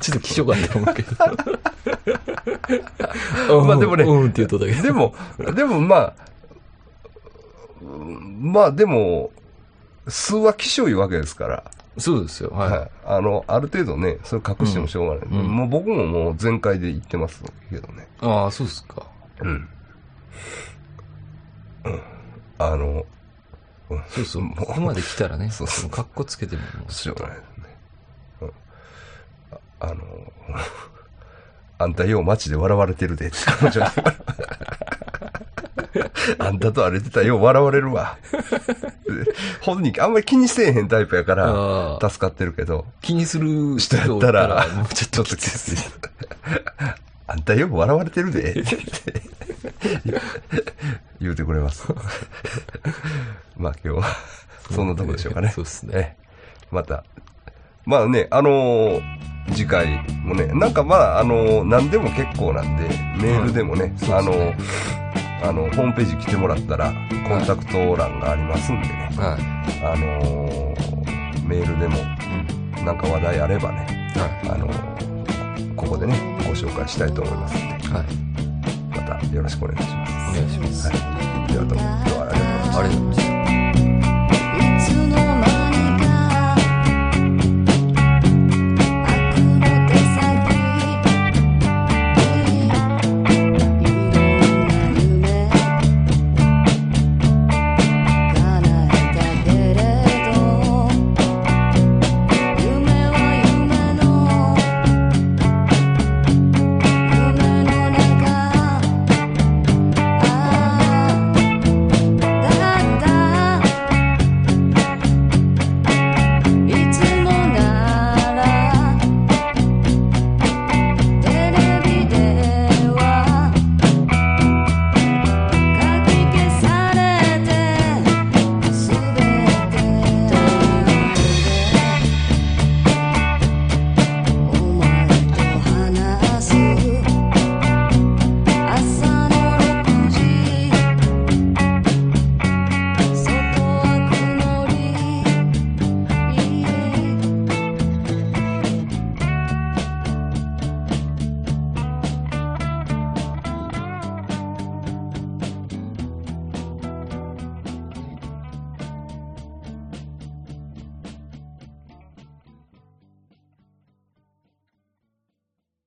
ちょっと気性があったと思うけど。
まあでもね
うんうんって言うとったけど。
でも、でもまあ、うんまあでも、数は気象いわけですから。
そうですよ。はい。
はい、あのある程度ね、それ隠してもしょうがない、
うん
もう僕ももう全開で言ってますけどね、
ああ、そうですか。
うん、うん、あの、うん、
そうそう。
もう
ここまで来たらね、
そうそう
かっこつけてももう
しょうがないですね、うん、ああの、 あんたよう街で笑われてるで って彼女にあんたと歩いてたらよう笑われるわ。本人あんまり気にせえへんタイプやから、
ああ、
助かってるけど、
気にする人
だ
だ
ったら、
もうちょっときつい。
つい。あんたよく笑われてる で。言うてくれます。 まあ今日は、そんなとこでしょうかね。
そうですね。
ええまた。まあね、あのー次回もね、なんかまあ、あのー何でも結構なんで、メールでもね、
うん
あ
そ
の
うですね
ーあの、ホームページ来てもらったら、コンタクト欄がありますんでね、
は
あのーメールでも、
い。うん
なんか話題あればね、
はい。
あの、ここでね、ご紹介したいと思いますので、
はい。
またよろしくお願いします。
お願いします。
はい。ではどうも、今日はありがとうございました
ありがとうございました。